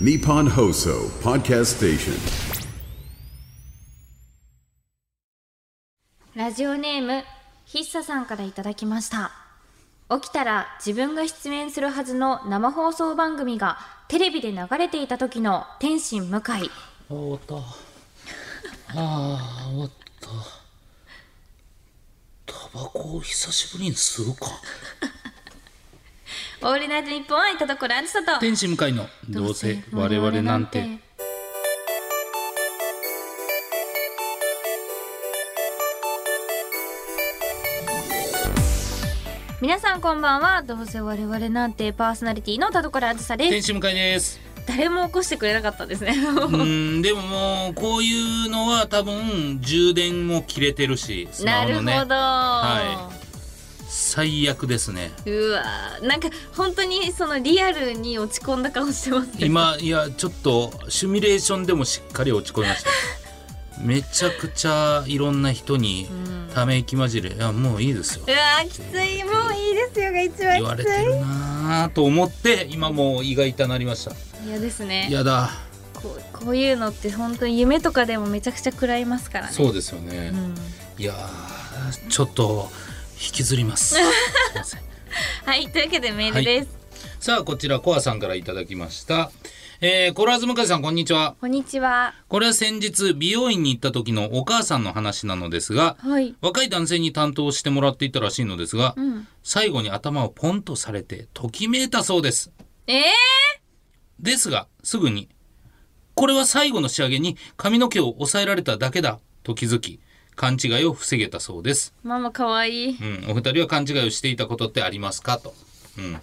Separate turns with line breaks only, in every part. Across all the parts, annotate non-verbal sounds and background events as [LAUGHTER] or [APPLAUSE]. Nippon Hoso Podcast Station.
ラジオネームひっささんからいただきました起きたら自分が出演するはずの生放送番組がテレビで流れていた時の天心向井
あ終わったああ終わったタバコを久しぶりに吸うか
オールナイトニッポン愛田所あずさと
天使向かいのどうせ我々なんて
皆さんこんばんはどうせ我々なんてパーソナリティの田所あずさで
天
す
使向かいです
誰も起こしてくれなかったですね
うーんでももうこういうのは多分充電も切れてるしスマ
な
ホ
る
の
ほど、
ねは最悪ですね
うわーなんか本当にそのリアルに落ち込んだ顔してますね
今いやちょっとシミュレーションでもしっかり落ち込みま
[LAUGHS]
しためちゃくちゃいろんな人にため息混じり「いやもういいですよ」
うわーきついもういいですよが一番
言われてるなぁと思って今もう胃が痛なりました
嫌ですね
やだ
こうこういうのって本当に夢とかでもめちゃくちゃ食らいますからね
そうですよね、
うん
いやーちょっと引きずります
[LAUGHS]
すいません
はいというわけでメールです、
さあこちらコアさんからいただきましたえー、コロワーズ向井さんこんにちは
こんにちは
これは先日美容院に行った時のお母さんの話なのですが
はい
若い男性に担当してもらっていたらしいのですが、
うん
最後に頭をポンとされてときめいたそうです
えー、
ですが、すぐに、これは最後の仕上げに髪の毛を抑えられただけだと気づき、勘違いを防げたそうです。
ママ可愛い
うん、お二人は勘違いをしていたことってありますかと。うん。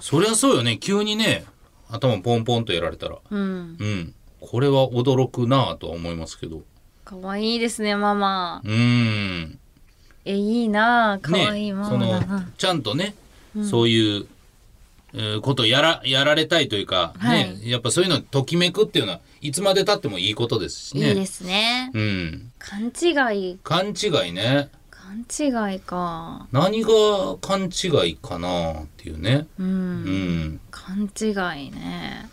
そりゃそうよね。急にね、頭ポンポンとやられたら。
うん
うん。これは驚くなぁとは思いますけど。
可愛いですねママ
うーん。
えいいなあ可
ね
愛いマ
そ
マ
の
だな、
ちゃんとね、そういう、えーことやら、やられたいというか、
はい
ね、やっぱそういうのときめくっていうのは、いつまで経ってもいいことですしね。
いいですね
うん。
勘違い
勘違いね。
勘違いか
何が勘違いかなっていうね。
う
うんん。
勘違いね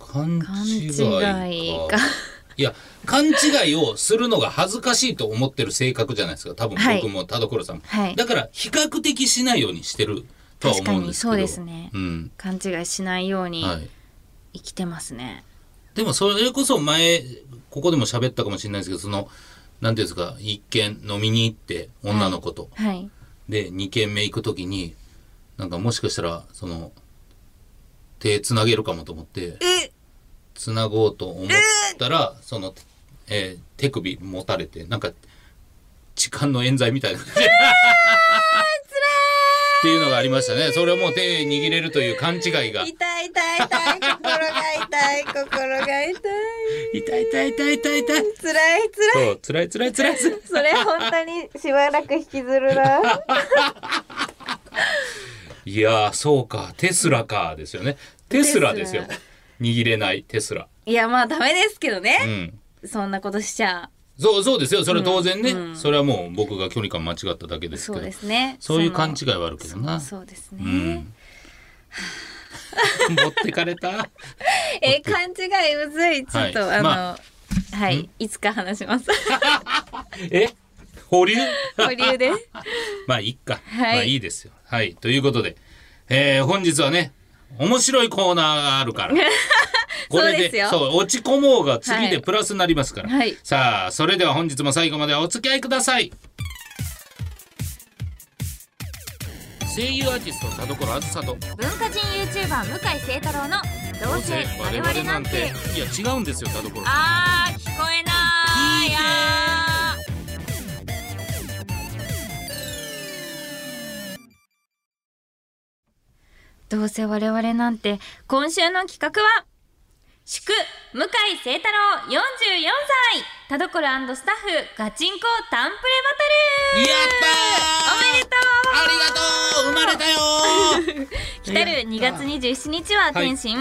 勘
勘
違
違
い
い
か
か。
いや、勘違いをするのが恥ずかしいと思ってる性格じゃないですか。多分
はい
僕も田所さんも。
はい
だから、比較的しないようにしてるとは
確か
思うんで
に
すけど。
そうですね、
うん。
勘違いしないように
はい。
生きてますね、
でもそれこそ前、ここでも喋ったかもしれないですけど、その、なんていうんですか、一軒飲みに行って、女の子と。
はい。
で2軒目行く時になんかもしかしたらその手つなげるかもと思ってつなごうと思ったらその、えー手首持たれてなんか痴漢の冤罪みたいな感 [LAUGHS] じっていうのがありましたねそれをもう手握れるという勘違い
痛
が
い痛い痛い、心が痛い、心が痛い。
痛い痛い痛い痛い痛い
辛い辛い。
そう辛い辛い辛い辛い
それ本当にしばらく引きずるな。
いやーそうかテスラかですよねテスラですよ
テス
握れないテスラ
[LAUGHS] いや、まあダメですけど
う
ね。
ん
そんなことしちゃ。
そうそうですよそれは当然ね、それはもう僕が距離感間違っただけです
そう
けど
ですね。
そういう勘
じ。
違いはあるけどな
そうです
う
ね。
ん持ってかれた [LAUGHS]
え、勘違いむずい。ちょっと、
はい
あ
ま
の、はい、いつか話します。
え保留
保留で。
まあいいか、
はい
まあいいですよはいということで、えー本日はね面白いコーナーがあるから
[LAUGHS]
これ
そう
で
ですよ
そう落ち込もうが次
は
で
い
プラスになりますから、
はい
さあそれでは本日も最後までお付き合いください声優アーティスト田所あずさと
文化人 YouTuber 向井聖太郎の、どうせ我々なんて。
いや違うんですよ田所さん
あー、聞こえない。あーどうせ我々なんて今週の企画は祝向井聖太郎44歳田所スタッフガチンコタンプレ
やっ
バトルおめでと
たー
う
ありがとう生まれたよ
来たる2月27日は天心、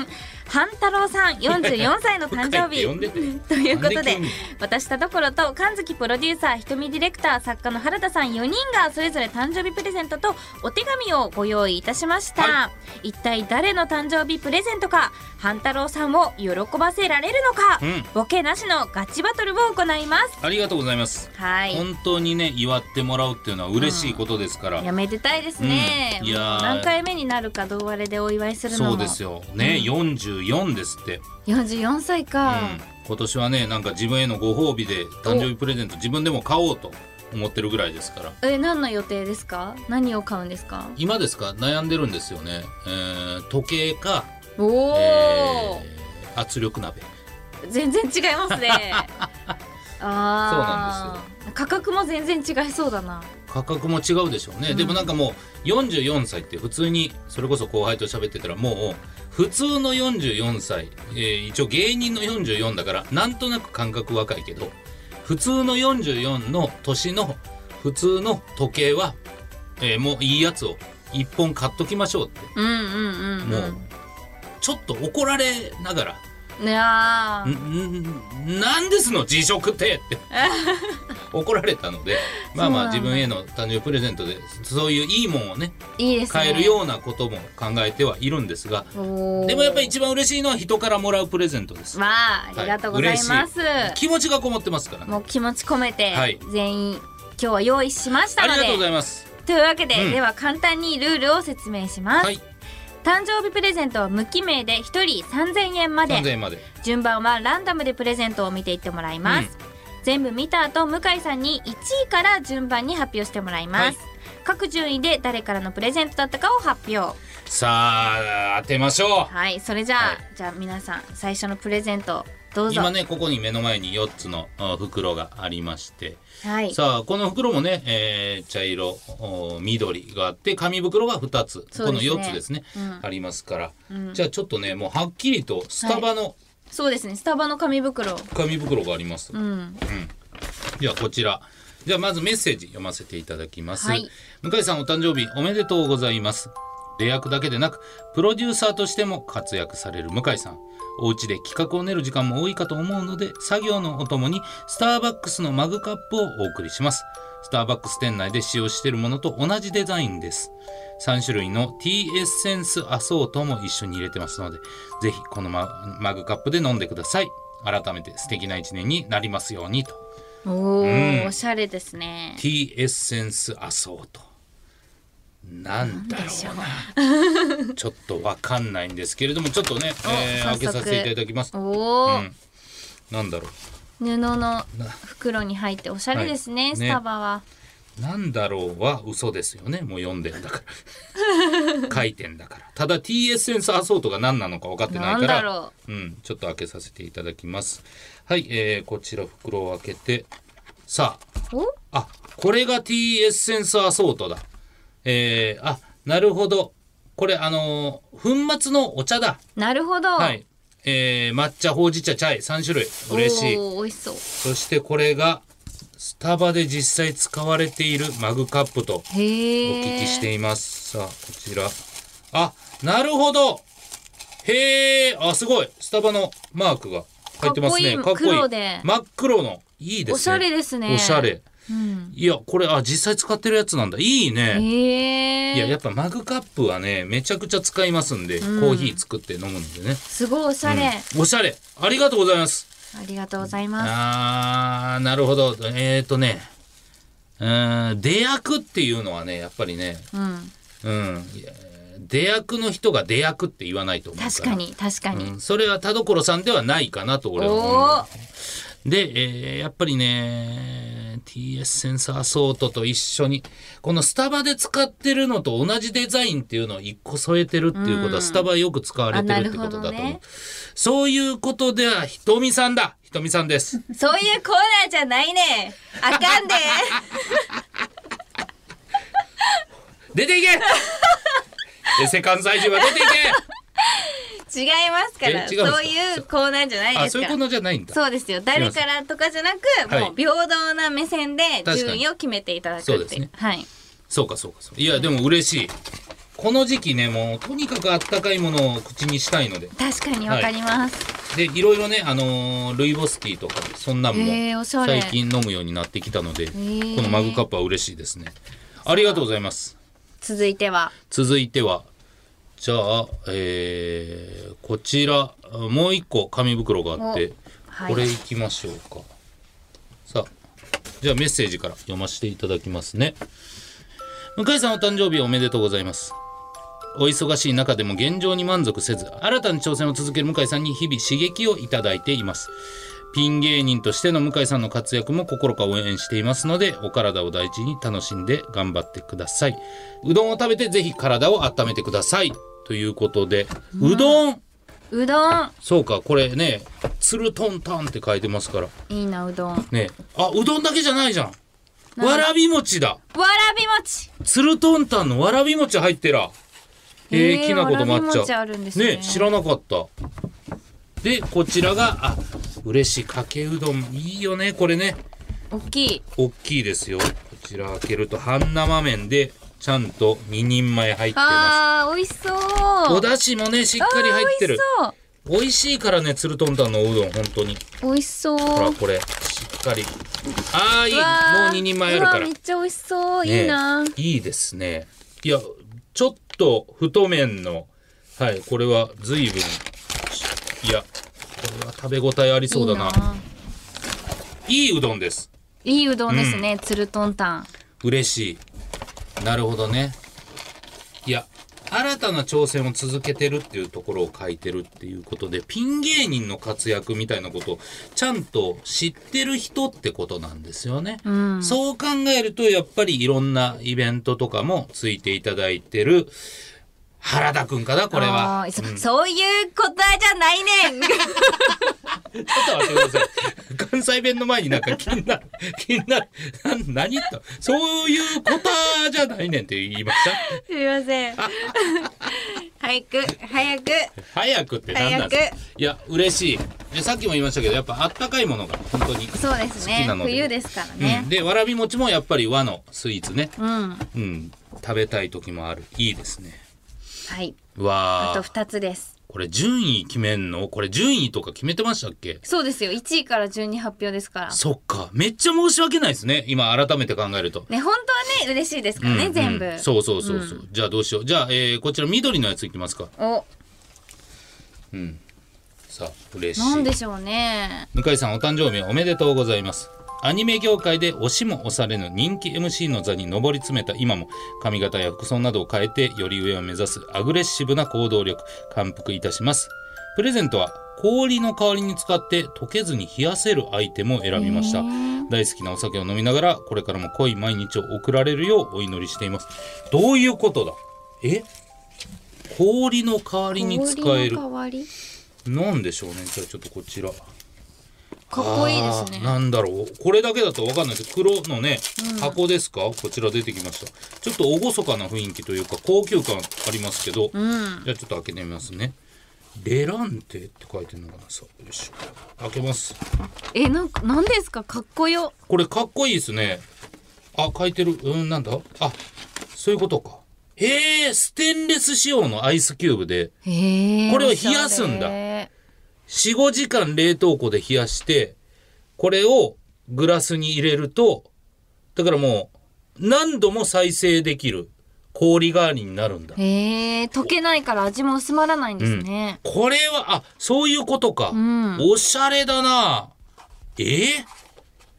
半太郎さん44歳の誕生日
深い [LAUGHS] って呼んでて
[LAUGHS] ということ
なんで
で
急に
私田所と神月プロデューサー瞳ディレクター作家の原田さん4人がそれぞれ誕生日プレゼントとお手紙をご用意いたしました、
は
一体誰の誕生日プレゼントか半太郎さんを喜ばせられるのか、
うん
ボケなしのガチバトルを行います
[LAUGHS] ありがとうございます
はい
本当にね祝ってもらうっていうのは嬉しいことですから、
いやめでたいですね、
うんいやー
何回目になるかどうあれでお祝いするのも
そうですよね、44ですって、
44歳か、
うん今年はねなんか自分へのご褒美で誕生日プレゼント自分でも買おうと思ってるぐらいですから
え何の予定ですか何を買うんですか
今ですか悩んでるんですよね、えー時計か、
おお、
えー圧力鍋
全然違います
[LAUGHS]
ねああ
そうなん
ですよ価格も全然違いそうだな
価格も違うでしょうね、でもなんかもう44歳って普通にそれこそ後輩と喋ってたらもう普通の44歳、えー一応芸人の44だからなんとなく感覚若いけど普通の44の年の普通の時計は、えーもういいやつを1本買っときましょうって
うんうんうん
もう、ちょっと怒られながら
うんいや
「んんなんですの辞職って!」
[LAUGHS]
って怒られたのでまあまあ
そう
自
なんだ
分への誕生日プレゼントでそういういいもんをね
いいですね
買えるようなことも考えてはいるんですが
おー
でもやっぱり一番嬉しいのは人からもらうプレゼントです。
わあありがとうございます、
は嬉しい気持ちがこもってますからね。
もう気持ち込めて
はい
全員今日は用意しました
あ
の
り
で
がとうございます。
というわけで、
うん
では簡単にルールを説明します、
はい、
誕生日プレゼントは無記名で1人3000円まで
3000円まで。
順番はランダムでプレゼントを見ていってもらいます、全部見た後向井さんに1位から順番に発表してもらいます、
は
各順位で誰からのプレゼントだったかを発表
さあ当てましょう。
はいそれじゃあ、
はい
じゃあ皆さん最初のプレゼントどうぞ
今ねここに目の前に4つのあ袋がありまして、
はい
さあこの袋もね、えー茶色お緑があって紙袋が2つ、
そう
こ
で
の
すね
4つですね、
うん
ありますから、じゃあちょっとねもうはっきりとスタバの
そうですねスタバの紙袋
紙袋があります、
うん
じゃあこちら。じゃあまずメッセージ読ませていただきます。
はい
向井さんお誕生日おめでとうございます。出役だけでなくプロデューサーとしても活躍される向井さん。お家で企画を練る時間も多いかと思うので作業のお供にスターバックスのマグカップをお送りします。スターバックス店内で使用しているものと同じデザインです。3種類のティーエッセンスアソートも一緒に入れてますので、ぜひこのママグカップで飲んでください。改めて素敵な一年になりますようにと。
おお、
うん
おしゃれですね
ティーエッセンスアソートなんだろ
でしょう
うなちょっとわかんないんですけれどもちょっとね、えー
早
開
速
けさせていただきます
おお、
うんなんだろ
布の袋に入っておしゃれですね、
はい
スタバは、
うなんだろうは嘘ですよねもう読んでんだから書いてんだからただティーエッセンスアソートが何なのか分かってない
なん
か
だ
ら
ろ
うんちょっと開けさせていただきますはい、えーこちら袋を開けてさあ
お
あこれが T エッセンスアソートだ。えー、あなるほど。これあのー粉末のお茶だ。
なるほど、
はい。えー、抹茶、ほうじ茶、チャイ3種類。嬉しい。
おお美味しそう
そしてこれがスタバで実際使われているマグカップとお
へえ
聞きしています。さあ、こちら。あなるほどへえ、あ、すごい。スタバのマークが入ってますね。
かっこいい黒で
真っ黒の。いいですね。
おしゃれですね
おしゃれ。
うん、
いや、これ、あ、実際使ってるやつなんだ。いいね。
へえ
いや、やっぱマグカップはね、めちゃくちゃ使いますんで、
ん
コーヒー作って飲むんでね。
すごいおしゃれ、
うんおしゃれ。ありがとうございます。
ありがとうございます
あー、なるほど。えっ、ー、とね、うーん、出役っていうのはね、やっぱりね、
うん
うん、いや出役の人が出役って言わないと思うから。
確かに確かに、
うんそれは田所さんではないかなと俺は思うんだ
おお
で、えーやっぱりね、TS センサーソートと一緒に、このスタバで使ってるのと同じデザインっていうのを一個添えてるっていうことは、スタバよく使われてるってことだと
あなるほど
思う。
ね
そういうことでは、ひとみさんだひとみさんです。
そういうコーナーじゃないねあかんで [LAUGHS]
[LAUGHS] 出ていけエセ関西人は出ていけ
違いますから
え
そ
違うんですか
ういうコーナーじゃない
あ、
です
そう
か
いうことじゃないんだ。
そうですよ誰からとかじゃなく
はい
もう平等な目線で
確かに
順位を決めていただくってい
そうですね
はい
そうかそうかそうか。いや、でも嬉しい。この時期ね、もうとにかくあったかいものを口にしたいので。
確かにわかります、
で、いろいろね、あのールイボスティーとか、そんなんも
へーおしゃれ
最近飲むようになってきたので、
ー
このマグカップは嬉しいですね。ありがとうございます。
続いては
続いては、じゃあ、えー、こちら、もう一個紙袋があって、
おはい
これいきましょうか。さあ、じゃあメッセージから読ませていただきますね。向井さんお誕生日おめでとうございます。お忙しい中でも現状に満足せず、新たに挑戦を続ける向井さんに日々刺激をいただいています。ピン芸人としての向井さんの活躍も心から応援していますので、お体を大事に楽しんで頑張ってください。うどんを食べてぜひ体を温めてください。ということで、うどん
うどん
そうか、これね、つるとんたんって書いてますから。
いいなうどんわら
ねあ、うどんだけじゃないじゃん。わらび餅だ。
び餅
つるとんたんのわらび餅入ってら。え
へ
ー、
ー
きなこと
わらび
抹
餅
茶。
あるんですね
知らなかった。で、こちらが、あ、嬉しいかけうどん。いいよね、これね。
大きい
大きいですよ。こちら開けると半生麺で、ちゃんと2人前入ってま
あー美味しそう
す。お
し
出汁もね、しっかり入って
美
る。
味し
美味しいからね、つるとんたんのおうどん、本当に。
そう美味しそう
ほら、これ、しっかり。あー、いい。も
わー
う2人前あるか
うわ
ら
めっ。ちゃ美味しそう、
ね
いいない
いですね。いや、ちょっと太麺の、はい、これは随分、いや、これは食べ応えありそうだな。いいいうどんです。
いいうどんですね、つるとんたん
嬉しい。なるほどね。いや、新たな挑戦を続けてるっていうところを書いてるっていうことで、ピン芸人の活躍みたいなことをちゃんと知ってる人ってことなんですよね。そう考えると、やっぱりいろんなイベントとかもついていただいてる原田くんかな、これは。
あー
ち
そ
ょ
そ
っ
ういう答えじゃないねん [LAUGHS]
と待ってください。関西弁の前になんか気になる、気になる、な何言ったそういうことじゃないねんって言いました
すいま
[LAUGHS]
せん早く早く
早くって何なんですか
早
いや嬉しいえさっきも言いましたけどやっぱあったかいものが本当に
そうです
好き
ね
なので
冬ですから
う
ね
ん、でわらび餅もやっぱり和のスイーツね
うん、
うん食べたい時もあるいいですね
はいあ
わ
と
あ
二つです
これ順位決めんのこれ順位とか決めてましたっけ
そうですよ1位から順に発表ですから
そっかめっちゃ申し訳ないですね今改めて考えると
ね本当はね嬉しいですからね、
うん
全部、
うんそうそうそうそう、じゃあどうしようじゃあ、えーこちら緑のやついきますか
お
さあ嬉しい
なんでしょうね
向井さんお誕生日おめでとうございますアニメ業界で押しも押されぬ人気 MC の座に上り詰めた今も髪型や服装などを変えてより上を目指すアグレッシブな行動力感服いたしますプレゼントは氷の代わりに使って溶けずに冷やせるアイテムを選びました大好きなお酒を飲みながらこれからも濃い毎日を送られるようお祈りしていますどういうことだえ氷の代わりに使え
氷
る
の代わり
なんでしょうねじゃあちょっとこちら
かっこいいです
あー
ね
なんだろう。これだけだとわかんないです。黒のね、箱ですかこちら出てきました。ちょっと厳かな雰囲気というか、高級感ありますけど、じゃあちょっと開けてみますね。レランテって書いてるのかなさあよいしょ。開けます。
えなんかなんですかかっこよ
これかっこいいですね。あ、書いてる。うん、なんだあ、そういうことか。へえ、ステンレス仕様のアイスキューブで、
へえ
これを冷やすんだ4、5時間冷凍庫で冷やして、これをグラスに入れると、だからもう何度も再生できる氷代わりになるんだ。
へえ溶けないから味も薄まらないんですね、
これは、あ、そういうことか。
ん
おしゃれだなえー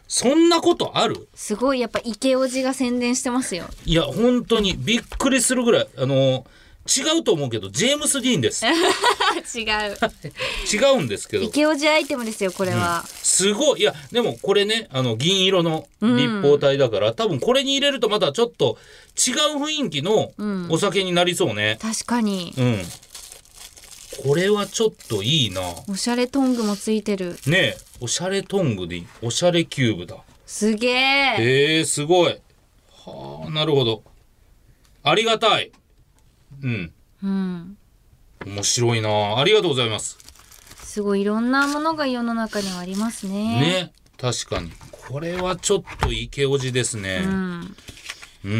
そんなことある
すごいやっぱ池おじが宣伝してます [LAUGHS] よ
いや、本当にびっくりするぐらい、あの違うと思うけど、ジェームス・ディーン
[LAUGHS]
です。
違う
違うんですけど。
池おじ [LAUGHS] アイテムですよこれは、
すごいいやでもこれねあの銀色の立方体だから、多分これに入れるとまたちょっと違う雰囲気のお酒になりそうね
確かに
うん、これはちょっといいな
おしゃれトングもついてる
ねえおしゃれトングでいいおしゃれキューブだ
すげえ
えー、すごいはあなるほどありがたいうん
うん
面白いなありがとうございます。
すごいいろんなものが世の中にはありますね。
ね。確かに。これはちょっとイケオジですね。
うん。
うー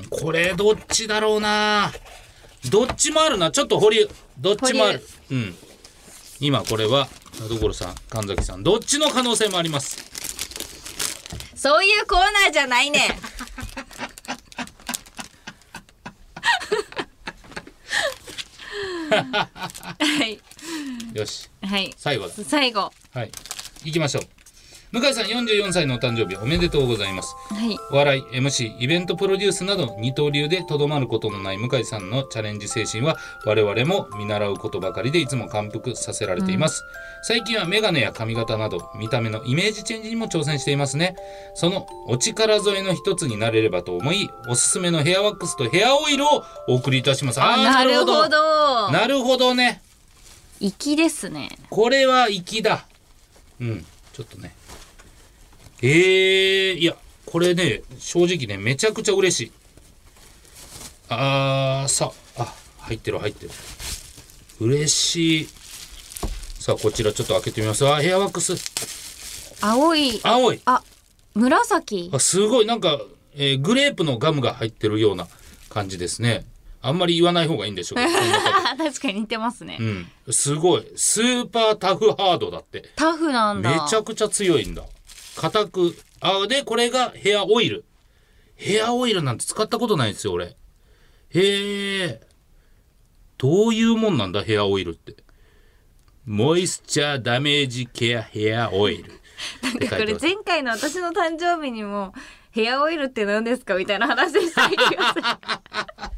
んこれどっちだろうなどっちもあるなちょっと保留どっちもあるうん今これは田所さん神崎さんどっちの可能性もあります
そういうコーナーじゃない
[LAUGHS]
ねん。はい。
よし
はい。
最後だ
最後。
はい行きましょう向井さん44歳のお誕生日おめでとうございます
はい。
お笑い MC イベントプロデュースなど二刀流でとどまることのない向井さんのチャレンジ精神は我々も見習うことばかりでいつも感服させられています、最近は眼鏡や髪型など見た目のイメージチェンジにも挑戦していますねそのお力添えの一つになれればと思いおすすめのヘアワックスとヘアオイルをお送りいたしますあー
なるほど。
なるほどね
粋ですね。
これは粋だ。うん、ちょっとね。えー、いや、これね、正直ね、めちゃくちゃ嬉しい。あー、さ、あ、入ってる入ってる。嬉しい。さあ、こちらちょっと開けてみます。あー、ヘアワックス。
青い、
青い。
あ、紫。
あ、すごい。なんか、えーグレープのガムが入ってるような感じですね。あんまり言わない方がいいんでしょうけどこんなこ
[LAUGHS]
と
あ確かに似てますね。
うん。すごい。スーパータフハードだって。
タフなんだ。
めちゃくちゃ強いんだ硬くあでこれがヘアオイルヘアオイルなんて使ったことないんですよ俺へえどういうもんなんだヘアオイルってモイスチャーダメージケアヘアオイ
[LAUGHS]
ルって書
こ
いて
れ
ます
前回の私の誕生日にもヘアオイルって何ですかみたいな話でした気がす
[LAUGHS]
る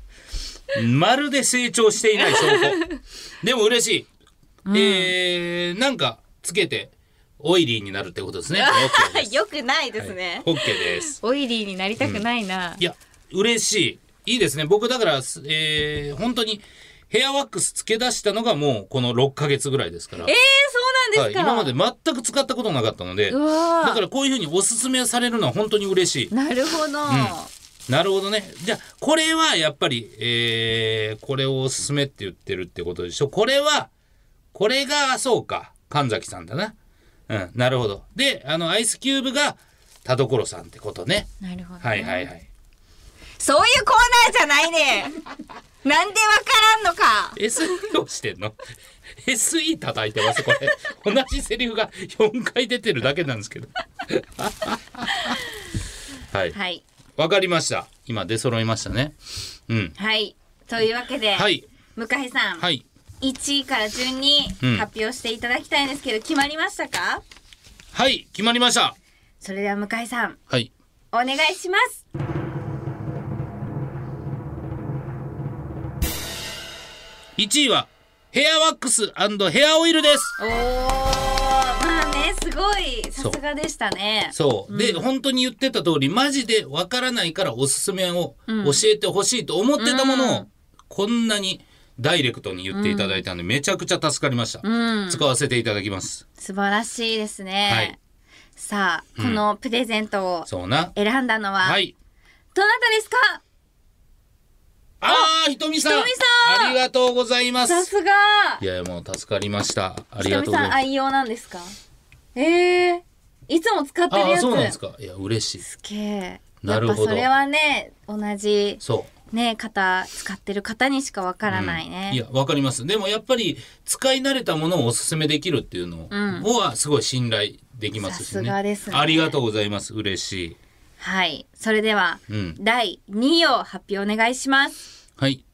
まるで成長していない証
[LAUGHS]
拠でも嬉しい、えー、なんかつけてオイリーになるってこ
[LAUGHS]
とですね OK です
よくないですね、
OK です
オイリーになりたくないな、
いや、嬉しい。いいですね。僕、だから、すえー本当に、ヘアワックス付け出したのがもうこの6ヶ月ぐらいですから。
えー、そうなんですか、
はい、今まで全く使ったことなかったので、
うわー
だからこういうふうにおすすめされるのは本当に嬉し
なるほど、
い。なるほどね。じゃあ、これはやっぱり、えーこれをおすすめって言ってるってことでしょ。これは、これが、そうか、神崎さんだな。うん、なるほど。で、あの、アイスキューブが田所さんってことね。
なるほど、
はいはいはい。
そういうコーナーじゃないねんなんでわからんのか
SE をしてんの SE 叩いてますこれ同じセリフが4回出てるだけなんですけど [LAUGHS] はいわ、
はい
かりました今出揃いましたねうん
はいというわけで、
はい
向井さん、
はい
1位から順に
うん
発表していただきたいんですけど、決まりましたか
はい決まりました
それでは向井さん
はい
お願いします
1位はヘアワックスヘアオイルです
おーまあねすごいさすがでしたね
そうで、本当に言ってた通りマジでわからないからおすすめを教えてほしいと思ってたものを、こんなにダイレクトに言っていただいたんで、めちゃくちゃ助かりました、
うん
使わせていただきます
素晴らしいですね、
はい
さあこのプレゼントを
そうな
選んだのは、
はい
どなたですか
あーひとみさん
ひとみさん
ありがとうございま
さ
す
すが
いやもう助かりましたあ
ひ
り
と
が
み
とうござ
さ
い
ん
ます
愛用なんですかええいつも使ってる
あ
や
あ
つ
そうなんですかいや嬉しい
すっげえ
なるほど
やっぱそれはね同じ
そう
ね方使ってる方にしかわからないね、
いやわかりますでもやっぱり使い慣れたものをおすすめできるっていうのはすごい信頼できますし
さ
ね,、
すがですね
ありがとうございます嬉しい
はいそれでは、
うん
第2位を発表お願いします
はい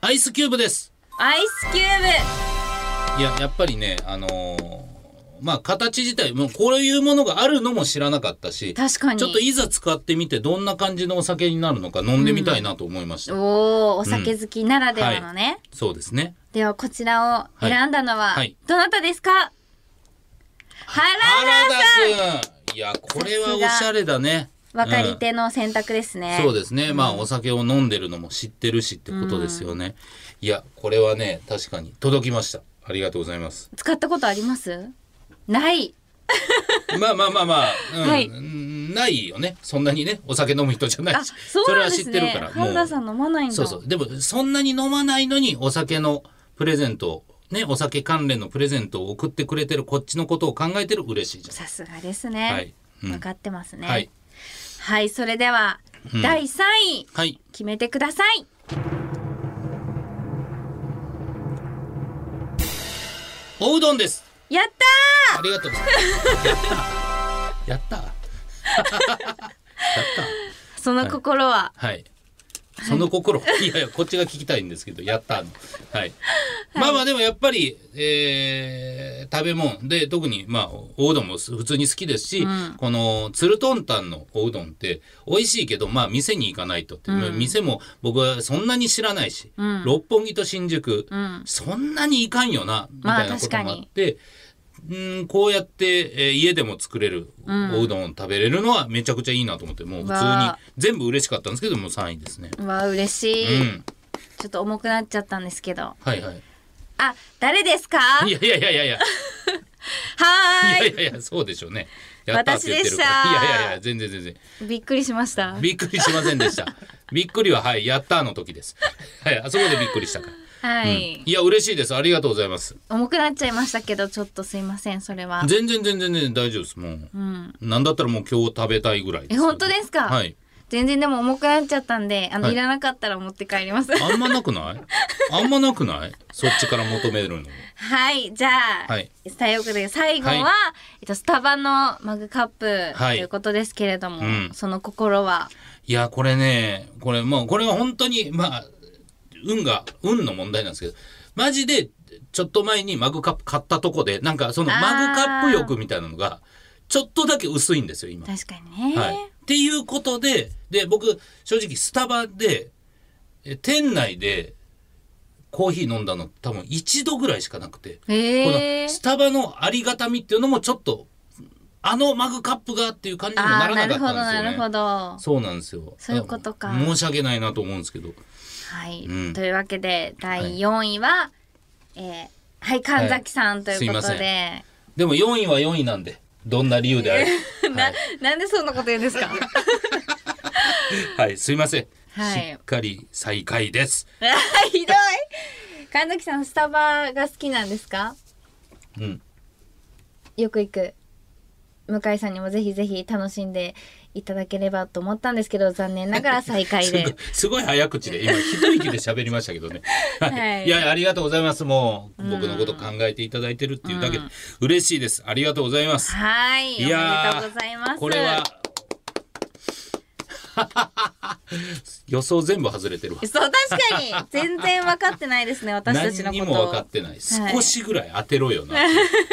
アイスキューブです
アイスキュー
いややっぱりねあのーまあ形自体もうこういうものがあるのも知らなかった
ブ
し
確かに
ちょっといざ使ってみてどんな感じのお酒になるのか飲んでみたいなと思いまし
お
た、
ーお酒好きならではのね、
そうですね
ではこちらを選んだのは、
はい
どなたですか原田さん
原田君いやこれはおしゃれだね
分かり手の選択ですね、
そうですね、まあお酒を飲んでるのも知ってるしってことですよね、いやこれはね確かに届きましたありがとうございます
使ったことありますない
まあまあまあまあ、うん
はい
うんないよねそんなにねお酒飲む人じゃない
あ、
し
そうなんです
れは知って
ね。
るから
ハンダさん飲まないんだ。
そうそうでもそんなに飲まないのにお酒のプレゼントをねお酒関連のプレゼントを送ってくれてるこっちのことを考えてる嬉しいじ
さすがですね。
はいうん
分かってます
ゃ
ね。
んはい
はい、それでは、第3位、
はい
決めてください。
おうどんです
やっ
ありがとう [LAUGHS] やったやったやっ
ー
た
その心は、
はいその心いやいやこっちが聞きたいんですけどやったのはいまあまあでもやっぱり、えー食べ物で特にまあおうどんも普通に好きですし、このつるとんたんのおうどんって美味しいけどまあ店に行かないとって、店も僕はそんなに知らないし、六本木と新宿、そんなにいかんよなみたいなこともあって、うんこうやって、えー家でも作れるおうどんを食べれるのはめちゃくちゃいいなと思ってもう普通に
わあ
全部嬉しかったんですけどもう3位ですね。
うわ、嬉し
う
い、
ん、
ちょっと重くなっちゃったんですけど。
はいはい。
あ、誰ですか
いやいやいやいやいや。
はーい
いやいやいや、そうでしょうね。やったって言ってるから。
私でした
いやいやいや、全然全然。
びっくりしました。
びっくりしませんでした。びっくりは、はい、やったーの時です。はい、あそこでびっくりしたから。
はい、
いや、嬉しいです。ありがとうございます。
重くなっちゃいましたけど、ちょっとすいません、それは。
全然全然全然大丈夫です。もう。なんだったらもう今日食べたいぐらいで
え、
す。
本当ですか
はい。
全然でも重くなっちゃったんで、あの、
はい
い、らなかったら持って帰ります。
あんまなくないあんまなくないそっちから求めるの。
はい、じゃあ、
はい
最後で最後は、
は
えっと、スタバのマグカップと
はい
いうことですけれども、
うん
その心は、
いや、これね、これもう、これは本当に、まあ、運が、運の問題なんですけど、マジで、ちょっと前にマグカップ買ったとこで、なんかその
あー
マグカップ欲みたいなのが、ちょっとだけ薄いんですよ、今。
確かにね。
はい。っていうことで、で、僕、正直、スタバで、え店内で、コーヒー飲んだの多分一度ぐらいしかなくて、こ
へえ
のスタバのありがたみっていうのもちょっと、あのマグカップがっていう感じにもな
ああー、
ら
な
な
る
かっ
ほど、
たんです
な
よね。
るほど。
そうなんですよ。
そういうことか
申し訳ないなと思うんですけど。
はい、
うん
というわけで、第4位は、えーはい、神崎さんということ
すいま
で、
でも4位は4位なんで、どんな理由であれ。はい、
[LAUGHS] なんでそんなこと言うんです
[LAUGHS]
か
はいすいません。
はい
しっかり最下位です。
ひどい神崎さん、スタバが好きなんですか
うん。
よく行く向井さんにもぜひぜひ楽しんでいただければと思ったんですけど残念ながら最下位
すごい
で
[LAUGHS] すごい早口で今一息で喋りましたけどね、
[LAUGHS] はい
はい、いやありがとうございますもう僕のこと考えていただいてるっていうだけで嬉しいですありがとうございます
はいおめでとうございます
これは [LAUGHS] 予想全部外れてるわ
そう確かに全然分かってないですね私たちの
何に
こ
も
と
分かってない
はい
少しぐらい当てろよなっ て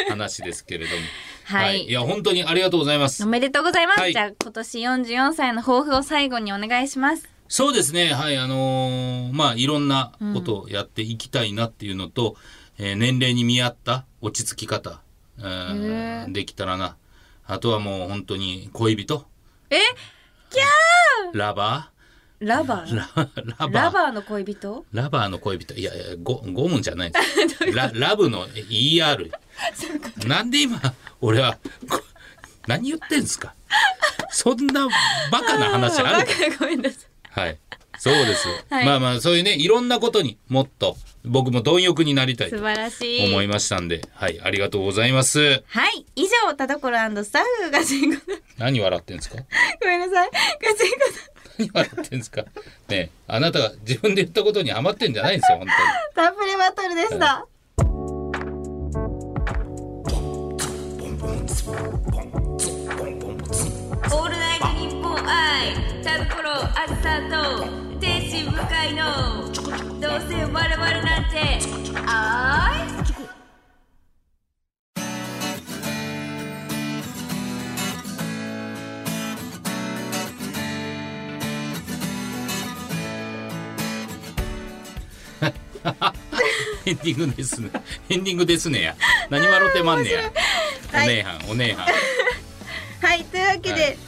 [LAUGHS]
いう話ですけれども
はい
いや本当にありがとうございます
おめでとうございます、
はい
じゃあ今年44歳の抱負を最後にお願いします
そうですねはいあのーまあいろんなことをやっていきたいなっていうのと、えー年齢に見合った落ち着き方、えーできたらなあとはもう本当に恋人
え
ラバ
ラバー
ーララバー
ラバーの恋人
ラバーの恋人いやいやゴゴムじ
[LAUGHS]
ゃないですララブの ER なんで今俺はこ何言ってんすかそんなバカな話あ
バ
るか
カごめんなさい
はいそうです、
はい
まあまあそういうねいろんなことにもっと僕も貪欲になりたいと
素晴らしい
思いましたんではいありがとうございます
はい以上田所スタッフが進行
何笑ってんすか
ごめんなさいが進行
何笑ってんすかねえあなたが自分で言ったことにハマってんじゃないんですよ本当に
サンプレバトルでした、オールナイトニッポン愛タルコロあずさと天使向かいのどうせ我々なんてあーい
[LAUGHS] エンディングですね。エンディングですねや。何笑ってまんねや。お姉はん、お姉はん。
はいというわけで、
はい
えー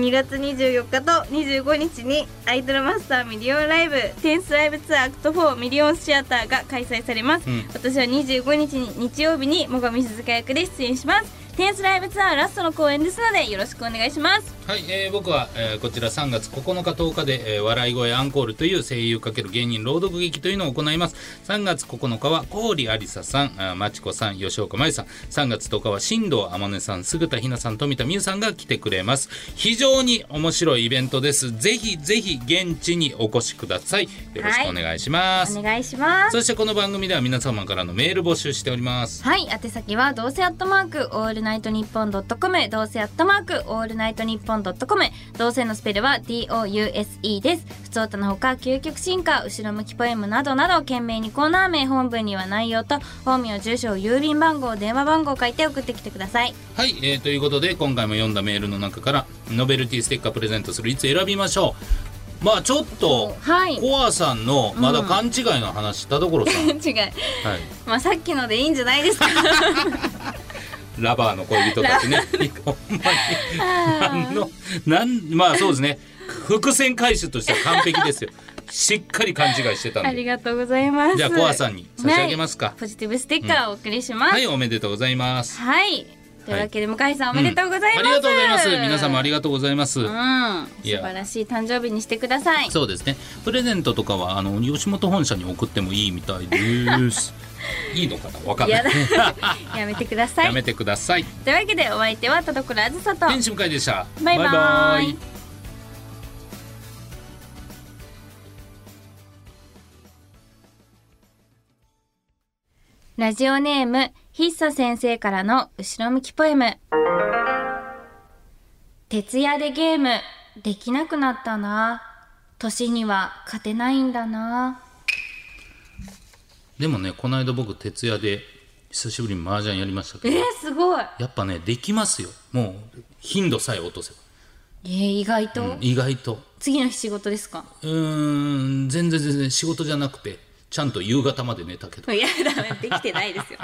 2月24日と25日にアイドルマスターミリオンライブテンスライブツアーアクト4ミリオンシアターが開催されます、
うん
私は25日に日曜日に最上鈴鹿役で出演しますテンスライブツアーラストの公演ですのでよろしくお願いします
はい、えー僕は、えーこちら3月9日10日で、えー笑い声アンコールという声優×芸人朗読劇というのを行います3月9日は郡ありささんあーまちこさん吉岡真由さん3月10日は新藤天音さん菅田ひなさん富田美優さんが来てくれます非常に面白いイベントですぜひぜひ現地にお越しくださいよろしくお願いします、
お願いします
そしてこの番組では皆様からのメール募集しております
はい宛先はどうせアットマークオールナイトニッポンドットコムどうせアットマークオールナイトニッポンドットコムどうせのスペルは DOUSE です普通歌のほか究極進化後ろ向きポエムなどなど懸命にコーナー名本文には内容と本名住所郵便番号電話番号を書いて送ってきてくださ
[LAUGHS]
い
はい、えーということで今回も読んだメールの中からノベルティステッカープレゼントするいつ選びましょうまあちょっと
はい
コアさんのまだ勘違いの話したところさん、
違
は
う
い、
まあさっきのでいいんじゃないですか
ラバーの恋人たちねほん [LAUGHS] まに何のなんまあそうですね伏線回収としては完璧で
[LAUGHS]
すよしっかり勘違いして
[LAUGHS]
た
あ
ん
り
で
がとうございます
じゃあコアさんに差し上げますか
はいポジティブステッカーをお送りします、
はいおめでとうございます
はい。というわけで、向井さんおめでとうございます。
んありがとうございます皆様ありがとうございます、
うん。素
いや
晴らしい誕生日にしてください。
そうですね。プレゼントとかはあの吉本本社に送ってもいいみたいです。 [LAUGHS] いいのかな、わかんな
や
い。[LAUGHS]
だやめてくださ
や
い。
めてください。
というわけで、お相手は田所あずさと。
天使会でした。
バイバ
バ
イ。ラジオネーム、ヒッサ先生からの後ろ向きポエム。徹夜でゲーム、できなくなったな。年には勝てないんだな。
でもね、この間僕徹夜で久しぶりに麻雀やりました
え
け
ー
ど、、
すごい。
やっぱねできますよ。もう頻度さえ落とせば。
えー、意外と、
意外と。
次の日仕事ですか
うーん、全然全然仕事じゃなくて、ちゃんと夕方まで寝たけど。
いやダメできてないですよ